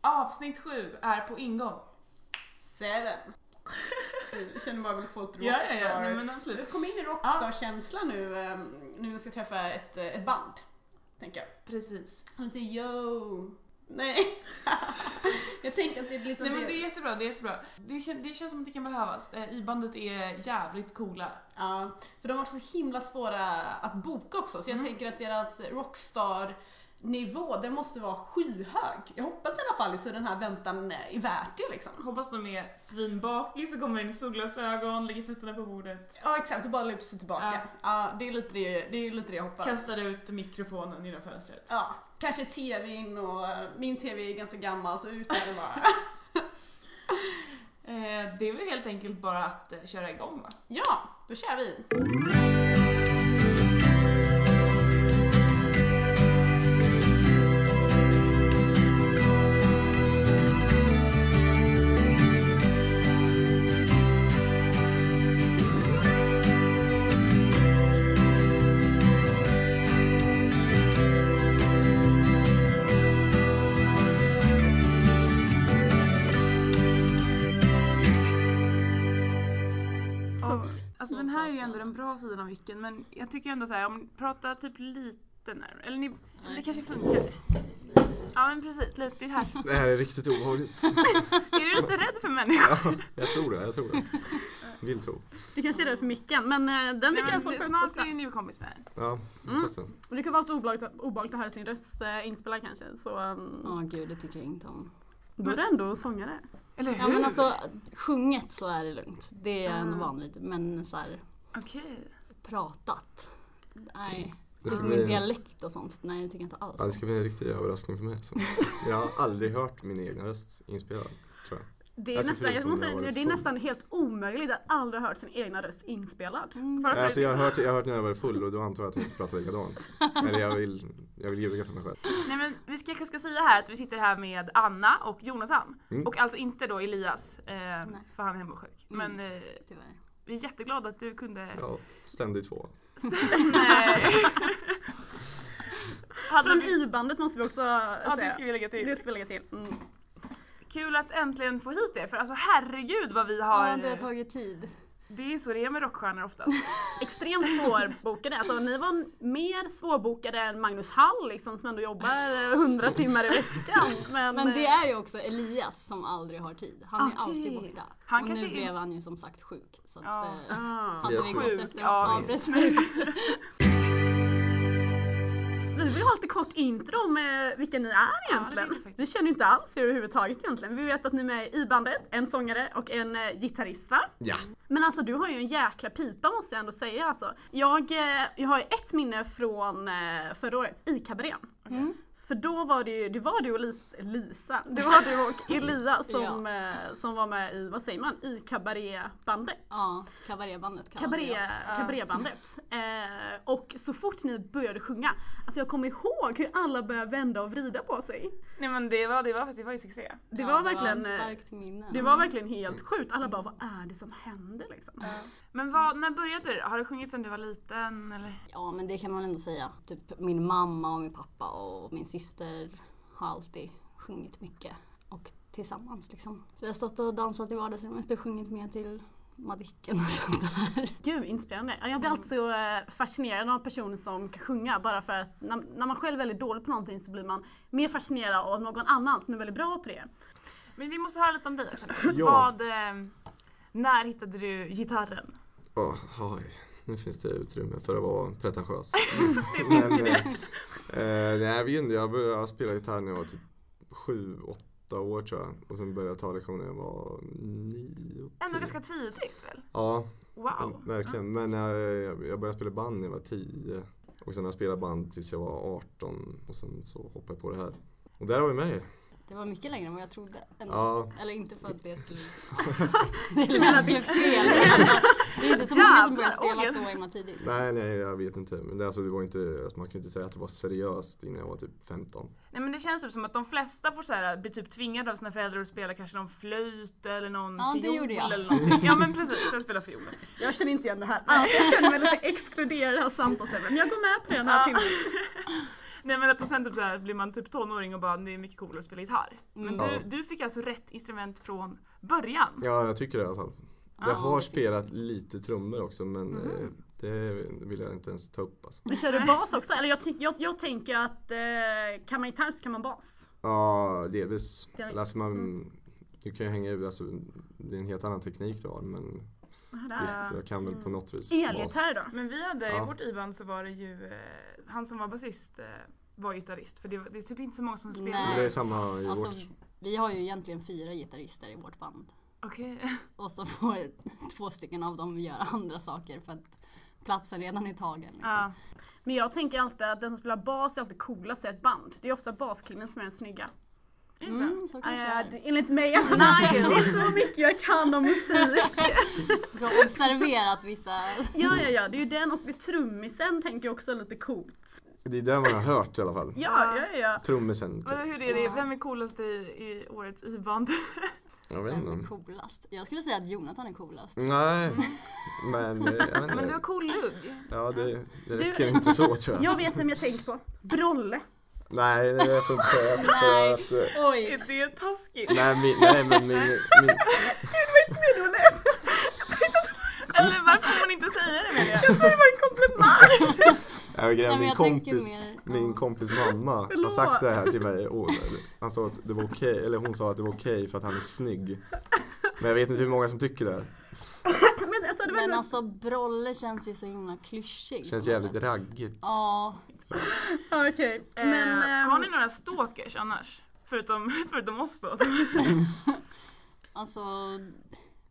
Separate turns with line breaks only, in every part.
Avsnitt sju är på ingång.
Seven. Jag känner bara att jag vill få ett
Ja,
rockstar.
ja, ja. Nej, men absolut.
Jag kom in i rockstar-känsla nu, eh, nu när jag ska träffa ett, eh, ett band. Tänker jag.
Precis.
Inte yo. Nej. jag tänker att det är liksom
Nej men det är jättebra, det är jättebra. Det, kän- det känns som att det kan behövas. Eh, IBandet är jävligt coola.
Ja, för de har varit så himla svåra att boka också så jag
Mm.
tänker att deras rockstar-nivå, den måste vara skyhög. Jag hoppas i alla fall så den här väntan är värt det liksom.
Hoppas de är svinbakis och kommer in i solglasögon, lägger fötterna på bordet,
Ja exakt, och bara luta sig tillbaka. Ja. det är lite det, det, är lite det jag hoppas.
kastar ut mikrofonen genom fönstret.
Ja, kanske tvn och min tv är ganska gammal så ut med den bara.
Eh, det är väl helt enkelt bara att eh, köra igång va?
ja, då kör vi.
Och,
Alltså
Så
den här är ju
pratar
ändå
man.
den bra sidan av vicken men jag tycker ändå så här, om prata typ lite närmare. Eller ni, det kanske funkar. Ja men precis, lite här.
Det här är riktigt obehagligt.
Är du lite rädd för människor?
Ja, jag tror det, jag tror det. Vill tro.
Du kanske är rädd för micken men
eh,
den
brukar folk
Snart
uppskatta.
blir ni ju kompis med den.
Ja, hoppas det.
Och det kan vara lite obehagligt, obehagligt att höra sin röst eh, inspelad kanske. Så um,
Åh gud, det tycker jag inte
Mm.
om.
då är det ändå sångare.
Eller
Ja
hur?
men alltså, sjunget så är det lugnt. Det är jag ändå van vid. Men så här,
Okej.
pratat.
Mm.
Nej.
Det
Typ
ska
med
bli,
dialekt och sånt. Nej, det tycker jag inte alls
ja,
om.
det ska bli en riktig överraskning för mig. Så. Jag har aldrig hört min egen röst inspelad, tror jag.
Det är,
Alltså,
nästan, jag
förutom
måste,
när jag var
säga, det är
full.
nästan helt omöjligt att aldrig ha hört sin egna röst inspelad.
Mm.
För att-
Alltså, jag, har hört, jag har hört när jag var full och då antar jag att jag inte pratar likadant. Eller jag vill, jag vill ljuga för mig själv.
Nej men vi ska, kanske ska säga här att vi sitter här med Anna och Jonathan.
Mm.
Och alltså inte då Elias, eh, för han är hemma och sjuk.
Mm.
Men eh,
Tyvärr.
vi är jätteglada att du kunde...
Ja, ständig två.
Nej. Hade
Från
vi...
i-bandet Alltså, måste vi också
Ja det
säga.
ska vi lägga till.
Det ska vi lägga till. Mm.
Kul att äntligen få hit er för alltså herregud vad vi har...
Ja, det har tagit tid.
det är så det är med rockstjärnor oftast.
Extremt svårbokade. Alltså, ni var mer svårbokade än Magnus Hall liksom, som ändå jobbar eh, 100 timmar i veckan. Men,
Men det
eh,
är ju också Elias som aldrig har tid. Han är
Okej.
alltid borta.
Han
och
kanske
nu
är-
blev han ju som sagt sjuk. Så att,
Ja.
eh,
ah.
hade
Elias
vi
sjuk.
gått efter
Ja,
honom. Ja,
visst.
precis.
Vi vill ha lite kort intro om eh, vilka ni är egentligen.
vill vi faktiskt.
vi känner ju inte alls er överhuvudtaget egentligen. Vi vet att ni är med i bandet, en sångare och en eh, gitarrist va?
Ja.
Men alltså du har ju en jäkla pipa måste jag ändå säga alltså. Jag, eh, jag har ju ett minne från eh, förra året i Cabarén.
Mm.
För då var det ju, det var du och Lis, Lisa, det var du och Elias som, eh, som var med i, vad säger man, i Cabarébandet.
Ja, kabarébandet kallade vi
Cabaré,
oss.
Cabarébandet. Eh, och så fort ni började sjunga, alltså jag kommer ihåg hur alla började vända och vrida på sig.
Nej men det var, det var, det var ju succé.
Det
Ja,
var verkligen,
Det
eh,
var ett starkt minne.
det var verkligen helt sjukt. Alla bara, vad är det som händer liksom?
Men vad, när började du? Har du sjungit sedan du var liten eller?
Ja, men det kan man ändå säga. Typ min mamma och min pappa och min syster har alltid sjungit mycket och tillsammans liksom. Så vi har stått och dansat i vardagsrummet och sjungit med till Madicken och sånt där.
Gud, inspirerande. Ja, Jag blir alltid så eh, fascinerad av personer som kan sjunga bara för att när, när man själv är väldigt dålig på någonting så blir man mer fascinerad av någon annan som är väldigt bra på det.
Men vi måste höra lite om dig också nu.
Ja.
Vad, eh, när hittade du gitarren?
Åh, oj. Nu finns det utrymme för att vara pretentiös.
Det finns ju
Men,
det.
eh, eh, nej, jag vet inte. Jag började spela gitarr när jag var typ sju, åtta år tror jag. Och sen började jag ta lektioner när jag var nio,
Ändå
tio.
ganska tidigt väl?
Ja,
Wow.
verkligen. Men eh, jag, jag började spela band när jag var tio. Och sen har jag spelat band tills jag var 18 och sen så hoppade jag på det här. Och där har vi mig.
Det var mycket längre än vad jag trodde. Ändå.
Ja,
Eller inte för att det skulle... det lät ju fel. men Alltså, det är inte så många som börjar spela
Jävlar,
så himla tidigt. Liksom.
nej, nej, jag vet inte. Men det, alltså, det var inte, alltså, man kan ju inte säga att det var seriöst innan jag var typ 15.
Nej men det känns typ som att de flesta får så här, blir typ tvingade av sina föräldrar att spela kanske någon flöjt eller någon
Ja, det
fiol
gjorde jag.
eller någonting. Ja men precis, jag spelar fiol.
Jag känner inte igen det här alls. Jag känner mig lite exkluderad av samtalsämnet. Men jag går med på det den här
Ja.
timmen.
Nej men att och sen typ så här, blir man typ tonåring och bara det är mycket coolare att spela gitarr. Men
Mm.
du,
Ja.
du fick alltså rätt instrument från början.
Ja, jag tycker det i alla fall. Jag har
det fick
spelat lite trummor också men eh, det vill jag inte ens ta upp alltså.
Men kör du bas också? Eller jag, tänk- jag, jag tänker att eh, kan man gitarr så kan man bas.
Ja, delvis.
Det-
Eller, Alltså, man, du kan ju hänga ur, alltså, det är en helt annan teknik du har men visst, jag kan väl på något vis bas.
Ah. Elgitarr då?
Men vi hade, i
Ja.
vårt IBAN så var det ju, eh, han som var basist eh, var gitarrist för det, var, det är typ inte så många som
Men
spelar.
det är
Nej.
samma i
Alltså,
vårt.
vi har ju egentligen fyra gitarrister i vårt band.
Okej.
Och så får två stycken av dem göra andra saker för att platsen redan är tagen. Liksom.
Mm.
Ja.
Men jag tänker alltid att den som spelar bas är alltid coolast i ett band. Det är ofta baskillen som är den snygga.
Är det så?
Mm, så kanske
Eh,
det är.
det- enligt mig. Nej, det är så mycket jag kan om musik.
Du har observerat vissa...
Ja, ja, ja. Det är ju den och trummisen tänker jag också är lite coolt.
Det är det man har hört i alla fall.
Ja, ja, ja. ja.
Trummisen.
Vadå,
typ.
hur är det?
Ja.
Vem är coolast i, i årets IBAN?
Jag vet
Vem är
inte.
coolast? Jag skulle säga att Jonathan är coolast.
Mm. Nej,
Mm.
men eh, jag vet
Men du har
inte.
cool lugg.
Ja, det, det räcker inte så tror jag.
Jag vet vem jag tänker på. Brolle.
Nej, det får jag inte säga. alltså, För
Nej.
att, eh,
Oj!
Är det taskigt?
nej, min, nej, men min, min,
Eller varför får man inte säga det Emilia?
Jag vet inte,
men
Äh, min,
jag tänker
kompis,
mer-
min
ja.
kompis mamma har
Förlåt.
sagt det här till mig. Och Han sa att det var okej, eller hon sa att det var okej för att han är snygg. Men jag vet inte hur många som tycker det.
Men alltså, det var
Men
ändå-
alltså Brolle känns ju så himla klyschig.
Känns
på något
jävligt
sätt.
raggigt.
Ja,
Ja, Okej. Men...
eh,
ehm,
har ni några stalkers annars? Förutom, förutom oss då? som-
alltså...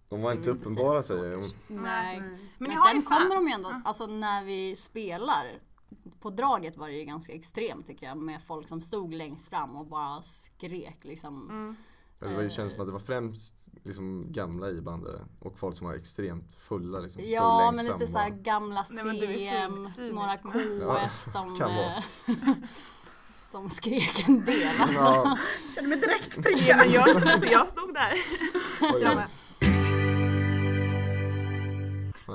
De var inte
skulle vi säga
uppenbara säger hon.
stalkers. Nej. Men,
ni har ju
sen kommer de
fans.
ju ändå, alltså när vi spelar. På draget var det ju ganska extremt tycker jag med folk som stod längst fram och bara skrek liksom.
Mm.
Alltså, det känns som att det var främst liksom, gamla ibandare och folk som var extremt fulla. Liksom, som stod
Ja
längst
men
fram
lite
och
såhär
bara-
gamla
Nej, men du är
CM,
cyn- cynisk.
några
Ja,
KF som,
kan vara.
eh, som skrek en del. Alltså.
Ja,
känner mig direkt
Ja,
prickad.
men jag, alltså, jag stod där.
oj, oj.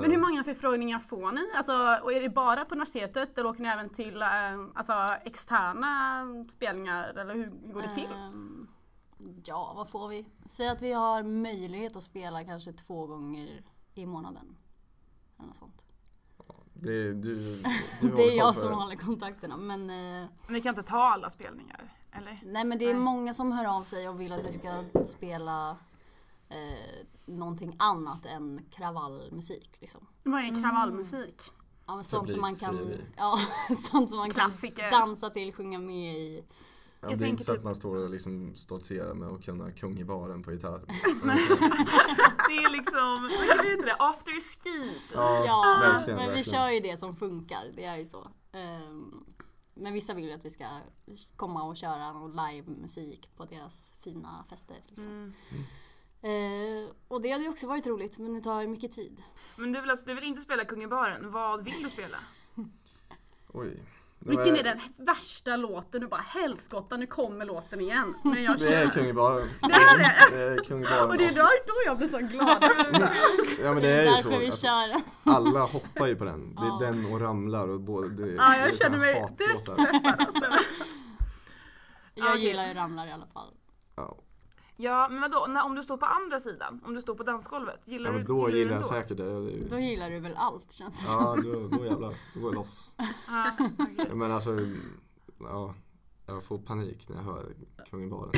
Men hur många förfrågningar får ni? Alltså, och är det bara på universitetet eller åker ni även till eh, alltså, externa spelningar? Eller hur går det
Eh,
till?
Ehm, ja, vad får vi? Säg att vi har möjlighet att spela kanske två gånger i månaden. Eller något sånt.
Det, är- du, du
Det
håller
är jag
koll på
som
det.
håller kontakterna. Men, eh,
Ni kan inte ta alla spelningar, eller?
nej, men det är
Nej.
många som hör av sig och vill att vi ska spela eh, någonting annat än kravallmusik. Liksom.
Vad
mm.
är kravallmusik?
Ja, men sånt, som man kan,
Publikfrieri.
ja, sånt som man kan
Klassiker.
dansa till, sjunga med i.
Jag
Ja, det är
tänker
inte så
typ-
att man står och liksom stoltserar med att kunna Kung i baren på gitarr.
Det är liksom, vad heter det? After ski. typ.
Ja,
Ja,
verkligen,
men vi
verkligen.
kör ju det som funkar. Det är ju så. Ehm, Men vissa vill ju att vi ska komma och köra någon livemusik på deras fina fester. Liksom.
Mm.
Ehm, och det hade ju också varit roligt men det tar ju mycket tid.
Men du vill, alltså, du vill inte spela Kung i baren. Vad vill du spela?
Oj. Det
Vilken
var-
är den värsta låten? Du bara helskotta nu kommer låten igen. Men jag
Det är
känner...
kung i baren.
Det här är
Det är kung i
Och det är
baren.
då, då jag blir så glad.
Ja men det är ju
därför vi
så. Alltså,
kör.
alla hoppar ju på den. Det
Ja.
är den och ramlar och både... Det,
Ja, jag
det är såna
känner mig
hatlåtar.
Jag
Okej.
gillar ju ramlar i alla fall.
Ja,
Ja, men vadå? När, om du står på andra sidan? Om du står på dansgolvet? Gillar
ja men
du
då
du
gillar
det
jag
då?
säkert det. det. är ju-
Då gillar du väl allt känns det
Ja, då, då jävlar. Då går jag loss.
Ja, okej.
Men alltså, ja. Jag får panik när jag hör kung i baren.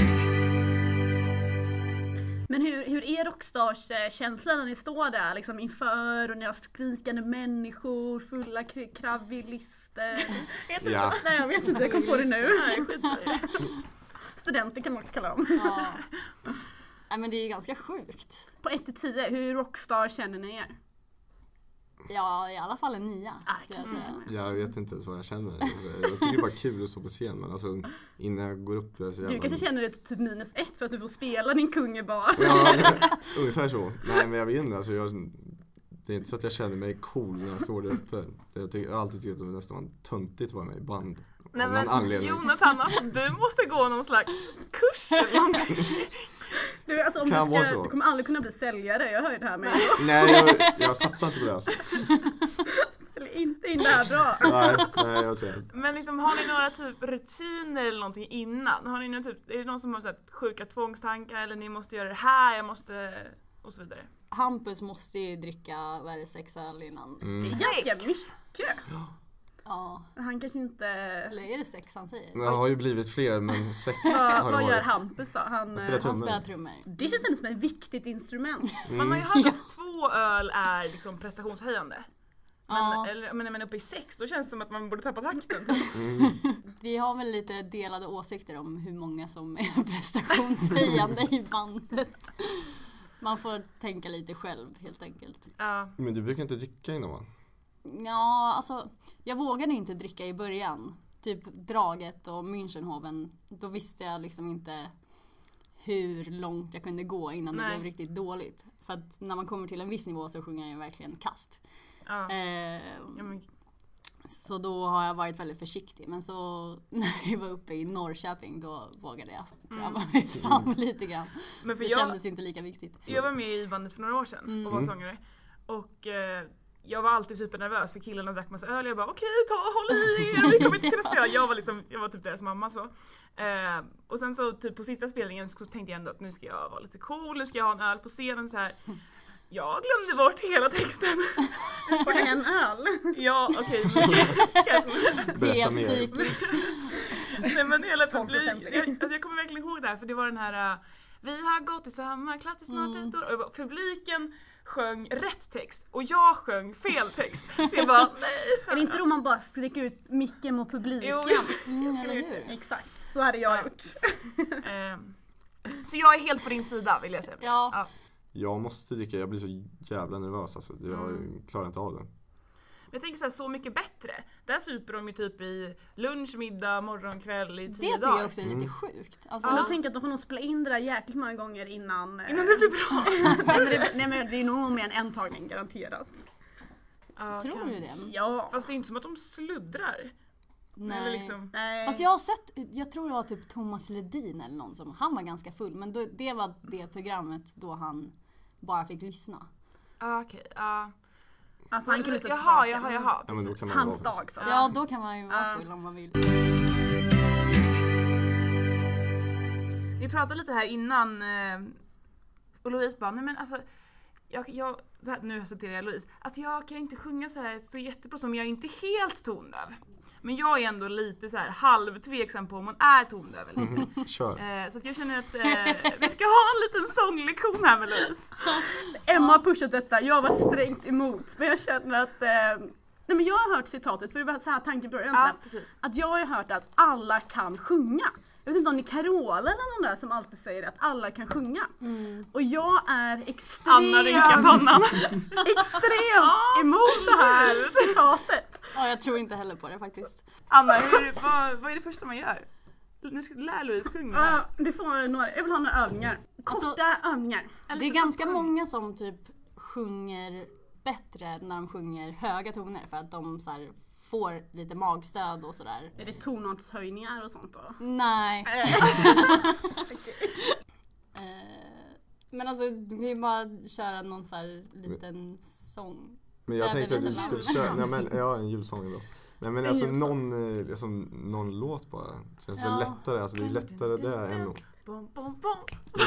Men hur, hur är rockstars-känslan när ni står där liksom inför och ni har skrikande människor, fulla kr- kravvillister?
Ja,
Nej jag vet inte, jag kom på det nu.
Nej, skit i det.
Studenter kan man också kalla dem.
som. Ja. Nej men det är ju ganska sjukt.
På 1 till 10, hur rockstar känner ni er?
Ja, i alla fall en nia skulle jag
Mm.
säga.
jag vet inte ens vad jag känner. Jag tycker det är bara kul att stå på scen men alltså innan jag går upp där så
Du
jävla...
kanske känner dig typ minus 1 för att du får spela din kung i bar.
Ja, det- ungefär så. Nej men jag vet inte. Alltså, jag, det är inte så att jag känner mig cool när jag står där uppe. Det jag, tycker, jag har alltid tyckt att det var nästan töntigt att vara med i band.
Nej
av någon
men
anledning.
Jonathan, alltså, du måste gå någon slags kurs eller någonting.
Du, alltså, om
Kan
du,
vara
ska,
så.
du kommer aldrig kunna bli säljare, jag hör ju det här med
Nej jag, jag satsar inte på det alltså.
eller
inte in det här bra.
Nej, nej jag tror inte.
Men liksom, har ni några typ rutiner eller någonting innan? Har ni någon typ, är det någon som har typ, sjuka tvångstankar eller ni måste göra det här, jag måste... Och så vidare.
Hampus måste ju dricka, vad är det, sex öl innan?
Mm.
Ganska mycket.
Ja,
Han kanske inte...
eller är det sex han säger?
Det har ju blivit fler men sex
Vad,
har
vad
det
gör
varit.
Hampus då? Han,
spelar
eh,
Han
Trummor.
spelar trummor.
det känns ändå som ett viktigt instrument.
Mm.
Man har ju hört att två öl är liksom prestationshöjande. Men,
Ja.
eller, men när man är uppe i sex då känns det som att man borde tappa takten.
Vi har väl lite delade åsikter om hur många som är prestationshöjande i bandet. Man får tänka lite själv helt enkelt.
Ja.
Men du brukar inte dricka innan va?
Ja, alltså jag vågade inte dricka i början. Typ draget och Münchenhoven. Då visste jag liksom inte hur långt jag kunde gå innan det
Nej.
blev riktigt dåligt. För att när man kommer till en viss nivå så sjunger jag ju verkligen kast.
ja.
Eh,
Ja, men,
Så då har jag varit väldigt försiktig. Men så när vi var uppe i Norrköping då vågade jag gräva mig fram lite grann.
men Mm. för
Det
jag,
kändes inte lika viktigt.
jag var med i bandet för några år sedan och var sångare. Och eh, jag var alltid supernervös för killarna drack massa öl. Jag bara okej, ta, håll i er, vi kommer inte kunna spela. Jag var, liksom, jag var typ deras mamma så. Eh, och sen så typ på sista spelningen så tänkte jag ändå att nu ska jag vara lite cool, nu ska jag ha en öl på scenen så här. Jag glömde bort hela texten.
Får han en öl?
ja, okej. men-
Berätta
Helt
mer.
Mm,
psykiskt.
Nej men hela
12%
publiken, jag,
liksom.
alltså jag kommer verkligen ihåg det här för det var den här äh, Vi har gått i samma klass i snart
Mm.
ett år och jag bara, publiken sjöng rätt text och jag sjöng fel text. Så jag bara nej.
Är det inte då man bara sträcker ut micken mot publiken?
Jo,
Mm, eller hur?
Exakt, så hade jag
Ja.
gjort.
ehm, Så jag är helt på din sida vill jag säga.
Ja.
Jag måste dricka, jag blir så jävla nervös alltså. Jag klarar inte av det.
Men jag tänker såhär Så mycket bättre. Där super de ju typ i lunch, middag, morgon, kväll i
Det
tio
tycker jag
dagar.
också är
Mm.
lite sjukt. Alltså,
Jag tänker att då får nog spela in det där jäkligt många gånger innan... eh,
Innan det blir bra.
nej, men det, nej men det är nog mer än en tagning garanterat.
Ja,
Tror
kan-
du det?
Ja.
Fast det är inte som att de sluddrar. Eller
Nej.
liksom.
Nej.
Fast jag har sett, jag tror det var typ Thomas Ledin eller någon som, han var ganska full men då, det var det programmet då han bara fick lyssna.
Ja, Okej, ja.
alltså, han kan
Jaha,
inte
jaha,
tillbaka.
jaha.
Ja, men då kan man
Hans
vara.
dag så.
Ja, då kan man ju vara full om man vill.
Vi pratade lite här innan eh, och Louise bara, nej men alltså jag, jag, så här, nu citerar jag Louise. Alltså jag kan inte sjunga så här så jättebra som jag är inte helt tondöv. Men jag är ändå lite så här halvtveksam på om hon är tondöv eller inte.
Kör.
Eh, så att jag känner att eh, vi ska ha en liten sånglektion här med Louise.
Emma har pushat detta, jag har varit strängt emot. Men jag känner att... Eh, nej men jag har hört citatet, för det var så här tanken började
Ja,
egentligen.
precis.
Att jag har hört att alla kan sjunga. Jag vet inte om det är Carola eller någon där som alltid säger att alla kan sjunga.
Mm.
Och jag är
Anna rynkar
extremt
pannan.
extremt emot det här citatet.
Ja, jag tror inte heller på det faktiskt.
Anna, hur, vad, vad är det första man gör? Nu ska, lär Louise sjunga.
Ja, du får några, jag vill ha några övningar.
Alltså-
Korta övningar.
Det är ganska många som typ sjunger bättre när de sjunger höga toner för att de så här får lite magstöd och sådär.
Är det tonartshöjningar och sånt då?
Nej. Eh, Men alltså, vi kan ju bara köra någon så här liten sång.
Men jag
Nej,
tänkte att
men
du
vänta,
skulle
vänta.
köra, nej, men, ja en julsång då. Nej men alltså
julsång.
någon, eh, liksom, någon låt bara. Känns
Ja.
väl lättare, alltså det är lättare det än att...
Bom, bom, bom,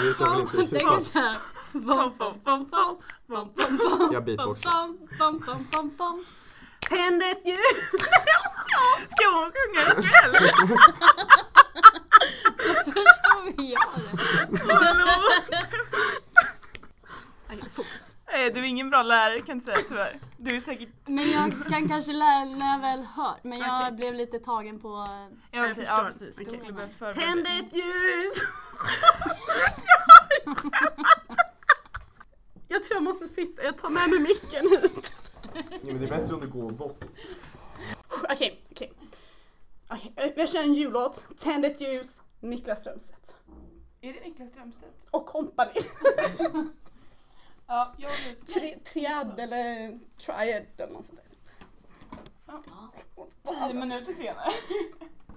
Nu vet jag väl inte hur
Den
pass...
kanske...
bom, bom, bom, bom.
Bom, bom, bom,
Jag
bom,
beatboxar.
bom, bom, bom, bom, bom.
Tänd ett ljus!
Ska hon sjunga ikväll?
Så förstår jag det.
Hallå? Nej, du är ingen bra lärare kan jag inte säga tyvärr. Du är säkert...
Men jag kan kanske lära när jag väl hör. Men jag
Okej.
blev lite tagen på... eh,
Ja,
Jag
okej,
förstår.
ja precis. Du
Okej.
skulle behövt förbereda
Tänd
dig.
ett ljus! Jag tror jag måste sitta, jag tar med mig micken hit.
Men det är bättre om du går bort.
Okej, okej. Okej, eh, Jag kör en jullåt. Tänd ett ljus, Niklas Strömstedt.
Är det Niklas Strömstedt?
Och kompani.
Ja, jag vet.
Tri, triad eller triad eller något sånt Typ.
Tio minuter senare.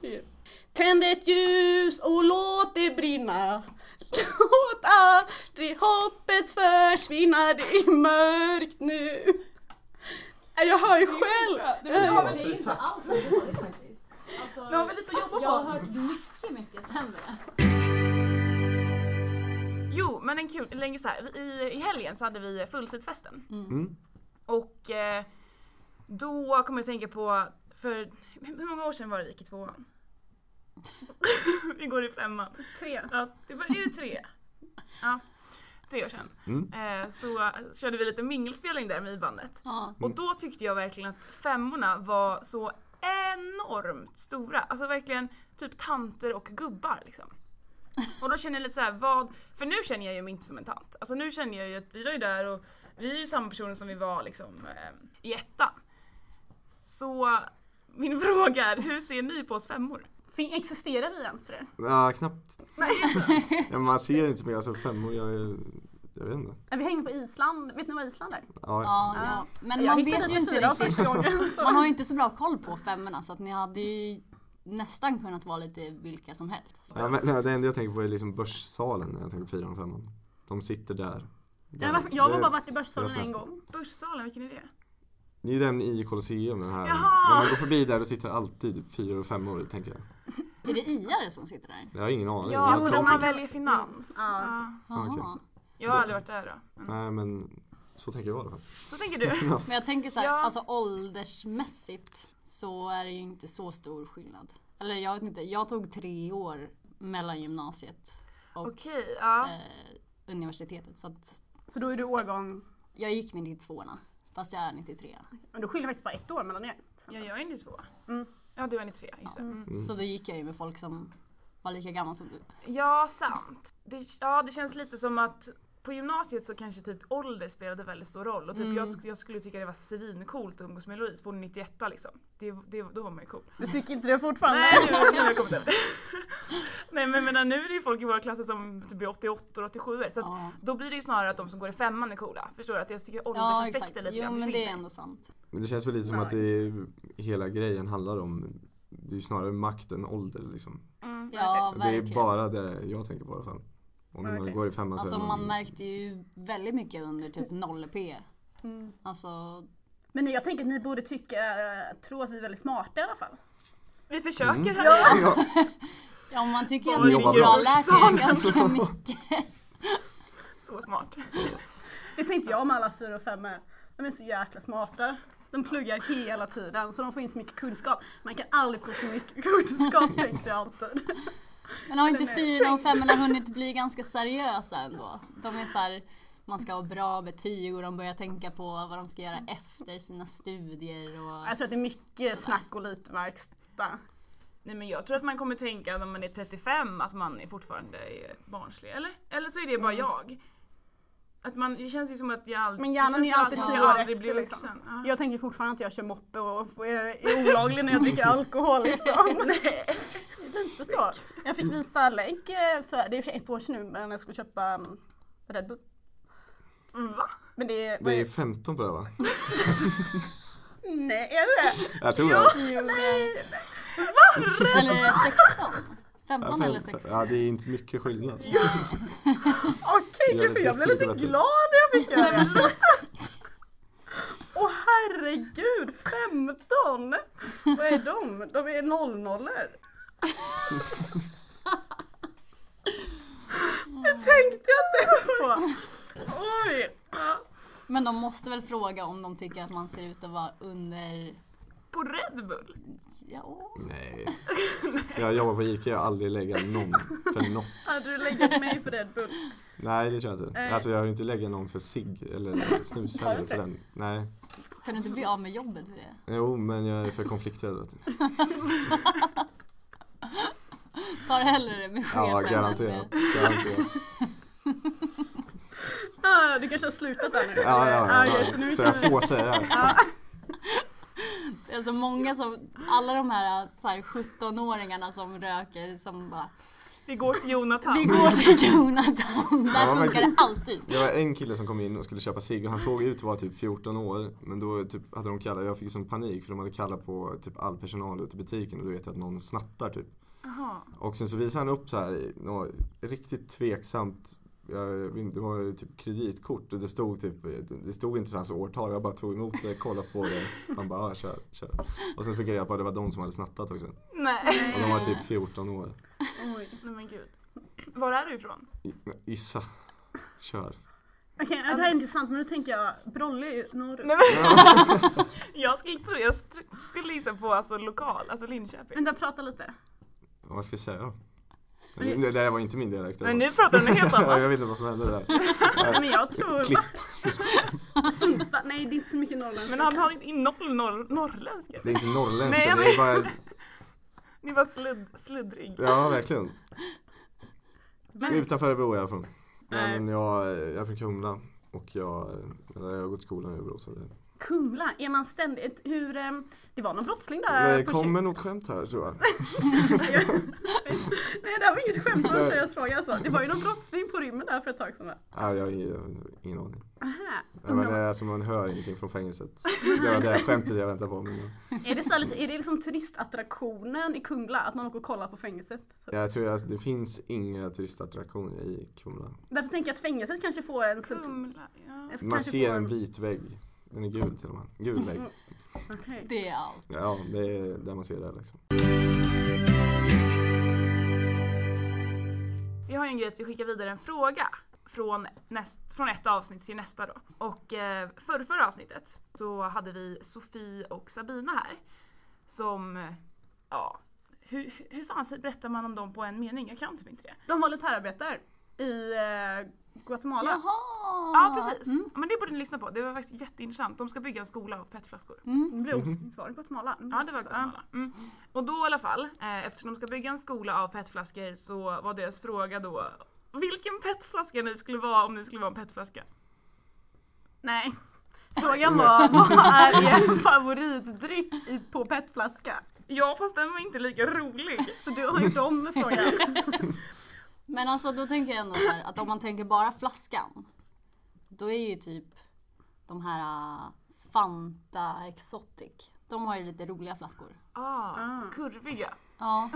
där. Tänd ett ljus och låt det brinna. Låt aldrig hoppet försvinna, det är mörkt nu.
Nej, Jag hör ju själv!
Ja, det är väl bra.
Det är ju inte alls så dåligt faktiskt. Alltså,
Vi har väl lite att jobba
jag har
på.
hört mycket, mycket sämre.
Jo, men en kul, länge så här. I, I helgen så hade vi fulltidsfesten.
Mm.
Och eh, då kommer jag att tänka på, för hur många år sedan var det vi gick i tvåan? vi går i femman.
Tre.
Ja, det var, är det tre? Ja, tre år sedan. Eh, så körde vi lite mingelspelning där med i bandet.
Ja.
Mm.
Och då tyckte jag verkligen att femmorna var så enormt stora. Alltså verkligen typ tanter och gubbar liksom. Och då känner jag lite så här, vad... För nu känner jag ju mig inte som en tant. Alltså nu känner jag ju att vi var ju där och vi är ju samma personer som vi var liksom eh, i ettan. Så min fråga är, hur ser ni på oss femmor?
Fin- Existerar vi ens för det?
Ja, knappt. ja, man ser inte så mycket. Alltså femmor, jag, är- jag vet inte.
Ja, Vi hänger på Island. Vet ni vad Island är?
Ja,
Ja, ja. Men
Jag
man
hittade
vet ju
dit
inte
fyra
riktigt.
första gången.
Man har ju inte så bra koll på femmorna så att ni hade ju nästan kunnat vara lite vilka som helst.
Ja, men, nej, det enda jag tänker på är liksom Börssalen när jag tänker på fyran och femman. De sitter där.
Jag
Där.
har varit- jag har
Det-
bara varit i
det
Börssalen
var
en
snällt.
gång.
Börssalen, vilken är det?
Det är den i Colosseum den här.
Jaha!
När man går förbi där då sitter alltid fyra och femmor tänker jag.
Är det iare som sitter där?
Jag har ingen aning.
Ja,
Jag
alltså
tror
när man
inte-
väljer finans.
Ja.
Ja.
Jaha.
okej.
Jag har aldrig varit där då. Men,
Nej men så tänker jag i alla fall.
så tänker du.
Men jag tänker så här,
Ja.
alltså åldersmässigt så är det ju inte så stor skillnad. Eller jag vet inte, jag tog tre år mellan gymnasiet och
Okej, ja.
eh, universitetet. Så att
Så då är du årgång...
jag gick 92orna fast jag är 93
Men då skiljer det faktiskt bara ett år mellan er.
Ja, jag är 92.
Mm.
Ja, du är 93. Just det. Mm.
Så då gick jag ju med folk som var lika gamla som du.
Ja, sant. Det, ja, det känns lite som att på gymnasiet så kanske typ ålder spelade väldigt stor roll. Och typ
Mm.
jag, sk- jag skulle tycka det var svincoolt att umgås med Louise. Hon är 91 liksom. Det, det, då var man ju cool.
Du tycker inte det fortfarande?
Nej, nu, nu har jag kommit över det. Nej men jag menar, nu är det ju folk i våra klasser som typ är 88 och 87 så att
Ja.
då blir det ju snarare att de som går i femman är coola. Förstår du? Att jag tycker
Ja
åldersaspekten
exakt,
lite
jo
grann
men det är
försvinner.
ändå sant.
Men det känns väl lite som att det är, hela grejen handlar om det är ju snarare makt än ålder liksom.
Mm,
Ja
Det
verkligen.
är bara det jag tänker på i alla fall. Om man
Verkligen.
går i femman så
Alltså
är
man märkte ju väldigt mycket under typ 0P.
Mm.
Alltså
Men jag tänker att ni borde tycka, eh, tro att vi är väldigt smarta i alla fall.
Vi försöker här.
Mm.
ja,
ja, om man tycker att
Ni
ni
jobbar
har
bra.
lärt er ganska mycket.
Så smart.
Det tänkte jag om alla fyra och femmor. De är så jäkla smarta. De pluggar hela tiden så de får in så mycket kunskap. Man kan aldrig få så mycket kunskap tänkte jag alltid.
Men har inte
Den är
fyra och femmorna hunnit bli ganska seriösa ändå? De är så här, man ska ha bra betyg och de börjar tänka på vad de ska göra efter sina studier och...
Jag tror att det är mycket snack och lite verkstad.
Nej men jag tror att man kommer tänka när man är 35 att man är fortfarande är barnslig. Eller? Eller så är det bara jag. Att man, det känns ju som att jag aldrig...
Mm. Men hjärnan
det känns
är alltid
som att
tio
jag
år
aldrig
efter,
blir
liksom.
vuxen. Ja.
Jag tänker fortfarande att jag kör moppe och är är olaglig när jag dricker alkohol liksom. Lite så. Jag fick visa lägg eh, för, det är för ett år sedan nu, men jag skulle köpa um, Red Bull.
Va?
Men det är...
det är 15 på det va?
Nej, är det det?
Jag tror det.
Eller 16? 15 eller 16?
Ja, det är inte så mycket skillnad.
Okej,
Gör det
gud, för jag blev lite
jättemycket bättre.
glad när jag fick göra det. Åh herregud, 15! Vad är de? De är 00 Jag tänkte jag inte ens på.
Oj! Ja.
Men de måste väl fråga om de tycker att man ser ut att vara under...
På Red Bull?
Ja,
Nej. Jag jobbar på ICA, jag har aldrig legat någon för något.
Hade du legat mig för Red Bull?
Nej det känns inte. Alltså jag har ju inte legat någon för sig eller snus
Har du
heller
inte?
för den. Nej.
kan du inte bli av med jobbet för det?
Jo men jag är för konflikträdd vet du.
Ta hellre det med chefen.
Ja
än-
garanterat. garanterat.
Ah, du kanske har slutat där nu?
Ja, ja, ja,
Ah, okej, så nu
ja. Så
kan
jag får säga det här.
Det är så Alltså, många som, alla de här, så här 17-åringarna som röker som bara
Vi går till Jonathan.
Vi går till Jonathan,
Ja, men
där funkar det
faktiskt-
alltid.
Det var en kille som kom in och skulle köpa cigg och han såg ut att vara typ 14 år men då typ hade de kallat, jag fick sån panik för de hade kallat på typ all personal ute i butiken och då vet jag att någon snattar typ.
Jaha.
Och sen så visade han upp så här något riktigt tveksamt jag vet inte, det var ju typ kreditkort och det stod typ, det stod inte så här så årtal. Jag bara tog emot det, kollade på det. Han bara, ja kör, kör. Och sen fick jag reda på att det var de som hade snattat också. Och
Nej.
de var typ 14 år.
Oj, nej men gud. Var är du ifrån?
I- Issa, kör.
Okej, det här är intressant men nu tänker jag, Brolle är ju norr.
Nej, men, jag skulle inte tro, jag str- skulle gissa på alltså lokal, alltså Linköping.
Vänta, prata lite.
Vad ska jag säga då? Det, det där var inte min dialekt. det
Men
var-
nu pratar du något helt
Ja,
annat.
jag vet inte vad som hände där.
Nej, men jag tror...
Klipp.
Sundsvall, nej det är inte så mycket norrländska.
Men han har inte i noll norr, norrländska.
Det är inte
Nej,
norrländska,
jag
det är bara,
Ni var sludd, sluddrig.
ja verkligen.
Men-
Utanför Örebro är jag från.
Nej.
Nej men jag, jag är från Kumla och jag, eller jag har gått i skolan i Örebro så det
Kumla, är man ständigt... Hur... ehm, Det var någon brottsling där
Det
på
kommer något skämt här tror jag.
Nej det här var inget skämt, det var en
Nej.
seriös fråga alltså. Det var ju någon brottsling på rymmen där för ett tag sedan va?
Nej, jag har ingen, ingen aning.
Aha.
Ja, men, eh, alltså, man hör ingenting från fängelset. Det var det skämtet jag väntade på. Men
Är det, så här lite, är det liksom turistattraktionen i Kumla, att man åker och kollar på fängelset?
jag tror att det finns inga turistattraktioner i Kumla.
Därför tänker jag att fängelset kanske får en... sub-
Kumla, ja.
kanske
Man ser
får
en vit vägg. Den är gul till och med. Gul vägg.
Okej.
Det är allt.
Ja, det är där man ser det liksom.
Vi har ju en grej att vi skickar vidare en fråga från, näst, från ett avsnitt till nästa då. Och eh, förra, förra avsnittet så hade vi Sofie och Sabina här. Som, eh, ja, hur, hur fan berättar man om dem på en mening? Jag kan typ inte det.
De var militärarbetare i eh, Guatemala.
Jaha!
Ja precis,
Mm.
Ja, men det borde ni lyssna på. Det var faktiskt jätteintressant. De ska bygga en skola av petflaskor.
Det blev
Mm-hmm.
osäkert svar. Guatemala.
Ja det var Guatemala. Mm. Och då i alla fall, eh, eftersom de ska bygga en skola av petflaskor så var deras fråga då vilken petflaska ni skulle vara om ni skulle vara en petflaska.
Nej. Frågan var vad är er favoritdryck i- på petflaska?
Ja fast den var inte lika rolig.
Så du har ju dem frågan.
Men alltså då tänker jag ändå så här, att om man tänker bara flaskan. Då är ju typ de här äh, Fanta Exotic. De har ju lite roliga flaskor.
Ah,
Ah.
Kurviga.
Ja,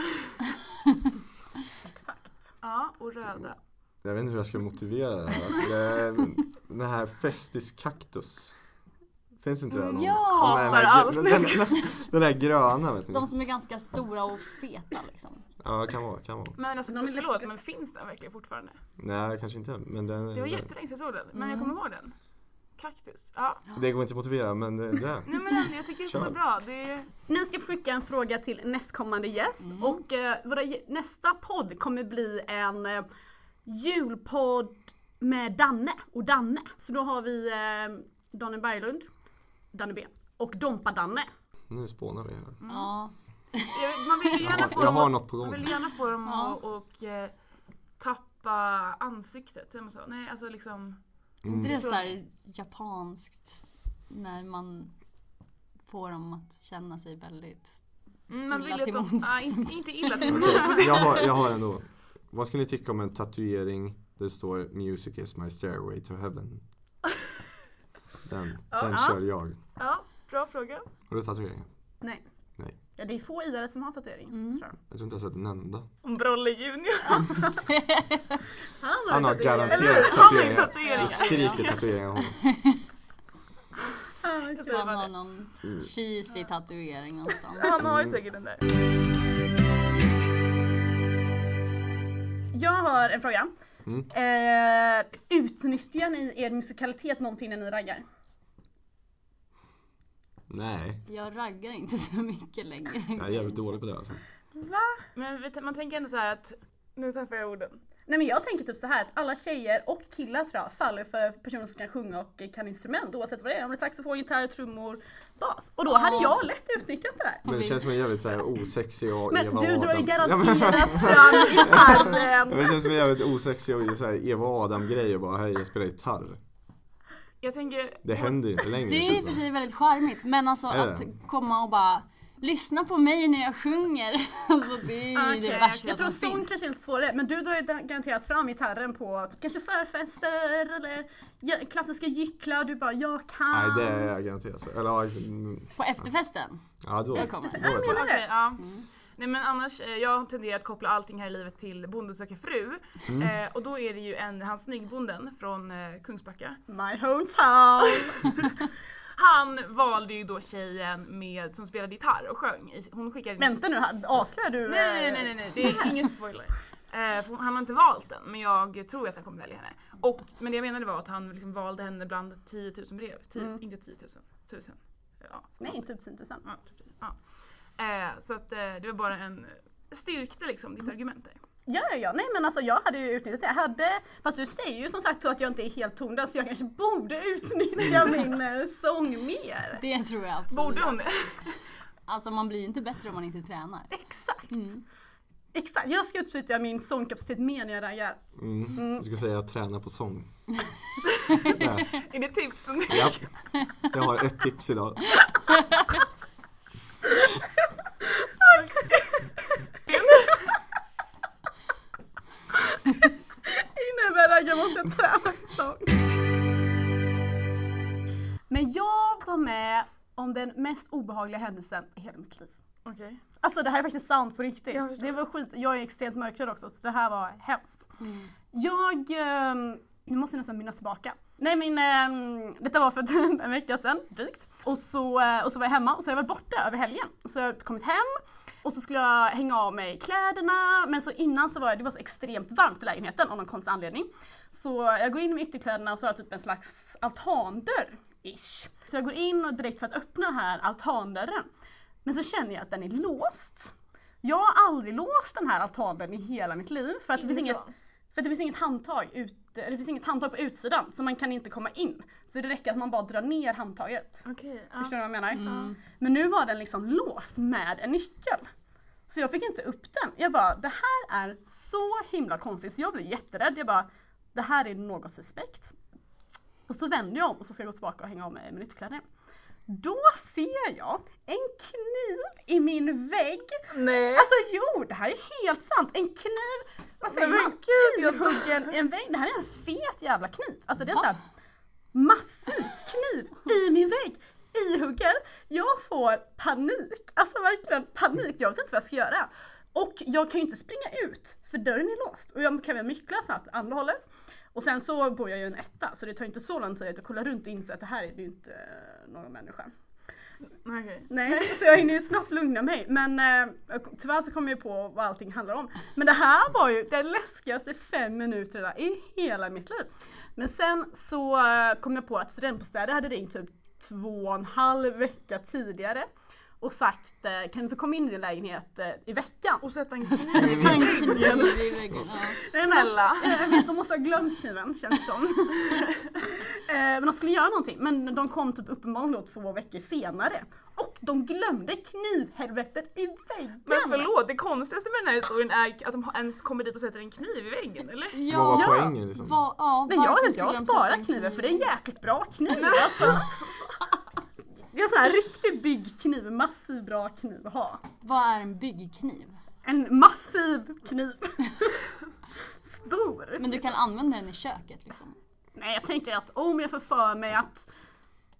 Exakt.
Ja och röda.
Jag vet inte hur jag ska motivera det här. Alltså, det är, den här Festis kaktus. Finns inte det någon?
Ja,
den, här,
hatar
den, här, den, den här gröna vet ni.
de som är ganska stora och feta liksom.
Ja, kan vara, kan vara.
Men alltså
De är
förlåt
läckra.
men finns den verkligen fortfarande?
Nej, kanske inte. Men den,
Det var jättelänge sedan jag såg den men jag
Mm.
kommer ihåg den. Kaktus. Ja.
det går inte att motivera men det, det.
Nej men ändå, jag tycker det är så
Kör.
bra. Det är...
Ni ska få skicka en fråga till nästkommande gäst och eh, våra, gä- nästa podd kommer bli en eh, julpodd med Danne och Danne. Så då har vi eh, Danne Berglund, Danne B och Dompa-Danne.
Nu spånar vi här.
Mm.
Ja.
Jag- Man vill ju
Jag
gärna
har,
få
jag
dem
har
att
något på
Man
gång.
vill gärna få dem
Ja.
att och, eh, tappa ansiktet. säger man Så. Nej, alltså liksom.
Inte det
Mm.
så här japanskt när man får dem att känna sig väldigt...
Mm, man
Illa
vill ju att
till
de,
mods.
ah, inte, inte illa till mods.
Okej, jag, har, jag har ändå. Vad skulle ni tycka om en tatuering där det står Music is my stairway to heaven? Den,
Ja.
den kör jag.
Ja, bra fråga.
Har du tatueringen?
Nej.
Nej.
Ja, det är få iare som har tatuering.
Mm.
Tror jag.
Jag tror inte jag har sett en enda.
Om Brolle Junior.
Han har
Eller hur?
garanterat
Han har ju
tatueringar.
tatueringar.
Det skriker tatueringar om honom.
Jag säger
Man
bara
har
det.
någon
Mm.
cheesy tatuering någonstans.
Han har ju säkert den där.
Jag har en fråga.
Mm.
Eh, utnyttjar ni er musikalitet någonting när ni raggar?
Nej,
Jag raggar inte så mycket längre.
jag är jävligt dålig på det alltså.
Men vet du, man tänker ändå så här att nu tappar jag orden.
Nej men jag tänker typ så här att alla tjejer och killar tror jag faller för personer som kan sjunga och kan instrument oavsett vad det är. Om det är saxofon, gitarr, trummor, bas. Och då hade
Ja.
jag lätt utnyttjat det där.
Men det känns som en jävligt så här osexig och
Men
Eva
du
och
drar ju
Adam.
garanterat
Ja,
fram gitarren.
men, det känns som en jävligt osexig och så här Eva och Adam grej och bara hej jag spelar gitarr.
Jag tänker,
Det händer ju inte längre
Det är ju i och
känns
för
det som.
sig väldigt charmigt men alltså
Är det?
att komma och bara lyssna på mig när jag sjunger. Alltså det är ju det
Okej,
värsta
jag tror
som
sång
finns.
kanske är lite svårare men du drar ju garanterat fram gitarren på typ, kanske förfester eller ja- klassiska gycklar och du bara jag
Nej
kan.
det är jag garanterat för. Eller ja, mm,
På efterfesten.
ja då.
Jag kommer.
då vet jag.
okej, ja. Nej men annars, eh, jag tenderar att koppla allting här i livet till Bonden söker fru.
Mm.
Eh, och då är det ju en, han snyggbonden från eh, Kungsbacka.
My hometown!
Han valde ju då tjejen med, som spelade gitarr och sjöng. i- Hon skickade...
Vänta nu, här, avslöjar du?
Nej, nej,
eh,
nej, nej, nej, det är ingen spoiler. Eh, för han har inte valt den, men jag tror att han kommer välja henne. Och, men det jag menade var att han liksom valde henne bland 10 000 brev. 10, Inte 10 000, 1000. Ja,
Mm. Nej, typ tusen.
ja, typ, ja. Eh, så att eh, det var bara en styrkte liksom ditt argument där.
Ja, ja, ja. Nej men alltså jag hade ju utnyttjat det. Jag hade, fast du säger ju som sagt att jag inte är helt tondöv så jag kanske borde utnyttja min eh, sång mer.
Det tror jag absolut.
Borde hon det?
Alltså man blir ju inte bättre om man inte tränar.
Exakt!
Mm.
Exakt, jag ska utnyttja min sångkapacitet mer när jag raggar.
Mm. Jag skulle säga träna på sång.
Är det tips?
Ja. Jag har ett tips idag.
Innan jag raggar måste jag träna en sång. Men jag var med om den mest obehagliga händelsen i hela mitt liv.
Okej.
Alltså det här är faktiskt sant på riktigt.
Jag förstår.
Det var skit. Jag är extremt mörkrädd också så det här var hemskt. Jag, ehm, nu måste jag nästan minnas tillbaka. Nej men ehm, detta var för typ en vecka sedan drygt. Och så, eh, och så var jag hemma och så har jag varit borta över helgen. Och så har jag kommit hem och så skulle jag hänga av mig kläderna men så innan så var det, det var så extremt varmt i lägenheten av någon konstig anledning. Så jag går in med ytterkläderna och så har jag typ en slags altandörr. Ish. Så jag går in och direkt för att öppna den här altandörren. Men så känner jag att den är låst. Jag har aldrig låst den här altandörren i hela mitt liv för att det finns inget, för att det finns inget handtag ut, eller det finns inget handtag på utsidan så man kan inte komma in. Så det räcker att man bara drar ner handtaget.
Okej. ja.
Förstår du vad jag menar?
Mm.
Men nu var den liksom låst med en nyckel. Så jag fick inte upp den. Jag bara, det här är så himla konstigt så jag blev jätterädd. Jag bara, det här är något suspekt. Och så vänder jag om och så ska jag gå tillbaka och hänga om mig med ytterkläderna. Då ser jag en kniv i min vägg.
Nej.
Alltså jo, det här är helt sant. En kniv, vad säger
Men
man? Knivhuggen i en vägg. Det här är en fet jävla kniv. Alltså det är
Va?
såhär massiv kniv i min vägg. Ihuggen. Jag får panik. Alltså verkligen panik. Jag vet inte vad jag ska göra. Och jag kan ju inte springa ut för dörren är låst och jag kan väl myckla snabbt åt andra hållet. Och sen så bor jag ju i en etta så det tar inte så lång tid att kolla runt och inse att det här är ju inte eh, någon människa.
Nej, okej.
Nej, så jag hinner ju snabbt lugna mig. Men eh, tyvärr så kom jag ju på vad allting handlar om. Men det här var ju de läskigaste fem minuterna i hela mitt liv. Men sen så eh, kom jag på att studentbostäder hade ringt typ två och en halv vecka tidigare och sagt eh, kan du få komma in i din lägenhet eh, i veckan?
Och sätta en kniv.
Fan, kniv i väggen. Ja.
Snälla.
Eh, Jag vet, de måste ha glömt kniven känns det som. Eh, Men de skulle göra någonting, men de kom typ uppenbarligen då två veckor senare. Och de glömde knivhelvetet i väggen!
Men förlåt, det konstigaste med den här historien är att de ens kommer dit och sätter en kniv i väggen, eller?
Ja.
Vad var
Ja.
poängen liksom?
Va, ja,
Men jag
varför
vet inte,
skulle
jag har
de sätta en
sparat kniven för det är en jäkligt bra kniv alltså. Det är en sån här riktig byggkniv, massiv bra kniv att ha.
Vad är en byggkniv?
En massiv kniv. Stor.
Men du kan använda den i köket liksom.
Nej jag tänker att om jag får för mig att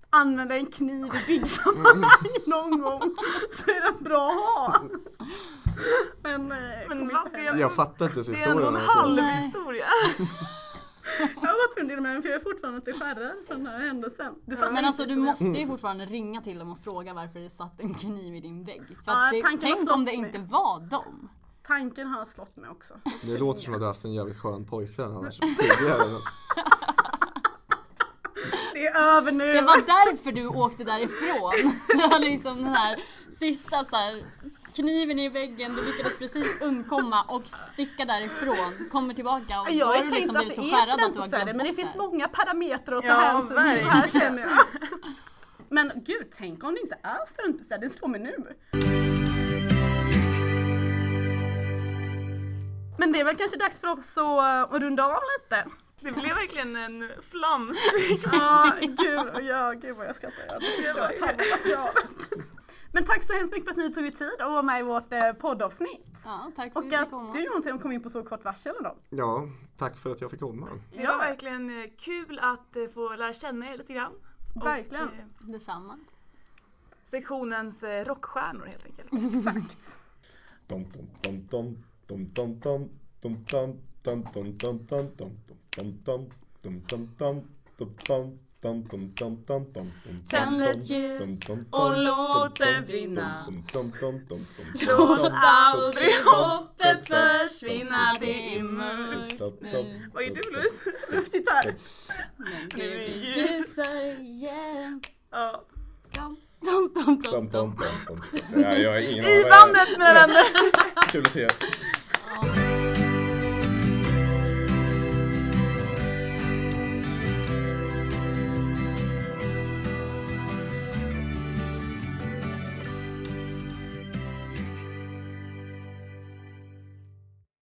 använda en kniv i byggsammanhang någon gång så är den bra att ha. Men, eh,
Men
kom
vad,
inte
det är
hem.
en-
Jag fattar inte ens
Det är ändå
historien.
en
Alltså.
halvhistoria.
Jag har varit funderat med den för jag är fortfarande inte skärrad från den här händelsen. Du fattar
Men alltså du
historien.
måste
Mm.
ju fortfarande ringa till dem och fråga varför det satt en kniv i din vägg. För
Ja,
att det,
tanken har
tänk om det
slagit mig.
inte var dem.
Tanken har slått mig också.
Det låter som att du har haft en jävligt skön pojkvän annars. Tidigare.
Det är över nu.
Det var därför du åkte därifrån. Det var liksom den här sista så här, kniven i väggen, du lyckades precis undkomma och sticka därifrån. Kommer tillbaka och
Jag
då
har
har du
tänkt
liksom
att
blivit
det
så
är
skärrad att du har
studentbostäder
glömt
men det
bort
finns
här.
många parametrar att ta
Ja,
hänsyn till
verkligen.
här känner jag. Men gud, tänk om det inte är studentbostäder, det slår mig nu. Men det är väl kanske dags för oss att, att runda av lite.
Det blev verkligen en flams.
Ja, gud, ja, gud vad jag skrattar. Jag förstår att han var Men tack så hemskt mycket för att ni tog er tid och var med i vårt eh, poddavsnitt.
Ja, tack för att
Och
vi fick komma.
att du Jonathan kom in på så kort varsel ändå.
Ja, tack för att jag fick komma.
Det var verkligen eh, kul att eh, få lära känna er lite grann. Och,
Verkligen.
eh,
Detsamma.
Mm.
sektionens eh, rockstjärnor helt enkelt.
Exakt.
Dom, dom, dom, dom, dom, dom, dom, dom, dom, dom, dom, dom, dom, dom, dom, dom, dom, dom, dom, dom, dom, dom, dom, dom, dom, dom, dom,
Tänd
dom,
ett ljus
dom, dom,
och
dom,
låt
dom,
den
dom,
brinna.
dom, dom, dom, dom, dom, dom,
Låt
dom,
aldrig
dom, dom,
hoppet
dom, dom,
försvinna,
dom,
det är
dom,
mörkt
dom,
nu.
dom,
Vad är
dom,
du
dom,
Louise? Duktigt här!
Men
Nu är
det
det
blir
ljus.
ljusare igen.
Ja.
Dom, dom, dom,
dom,
dom, dom.
dom, dom, dom, dom. Nej, jag har ingen
I
aning.
bandet mina vänner!
Kul att se er.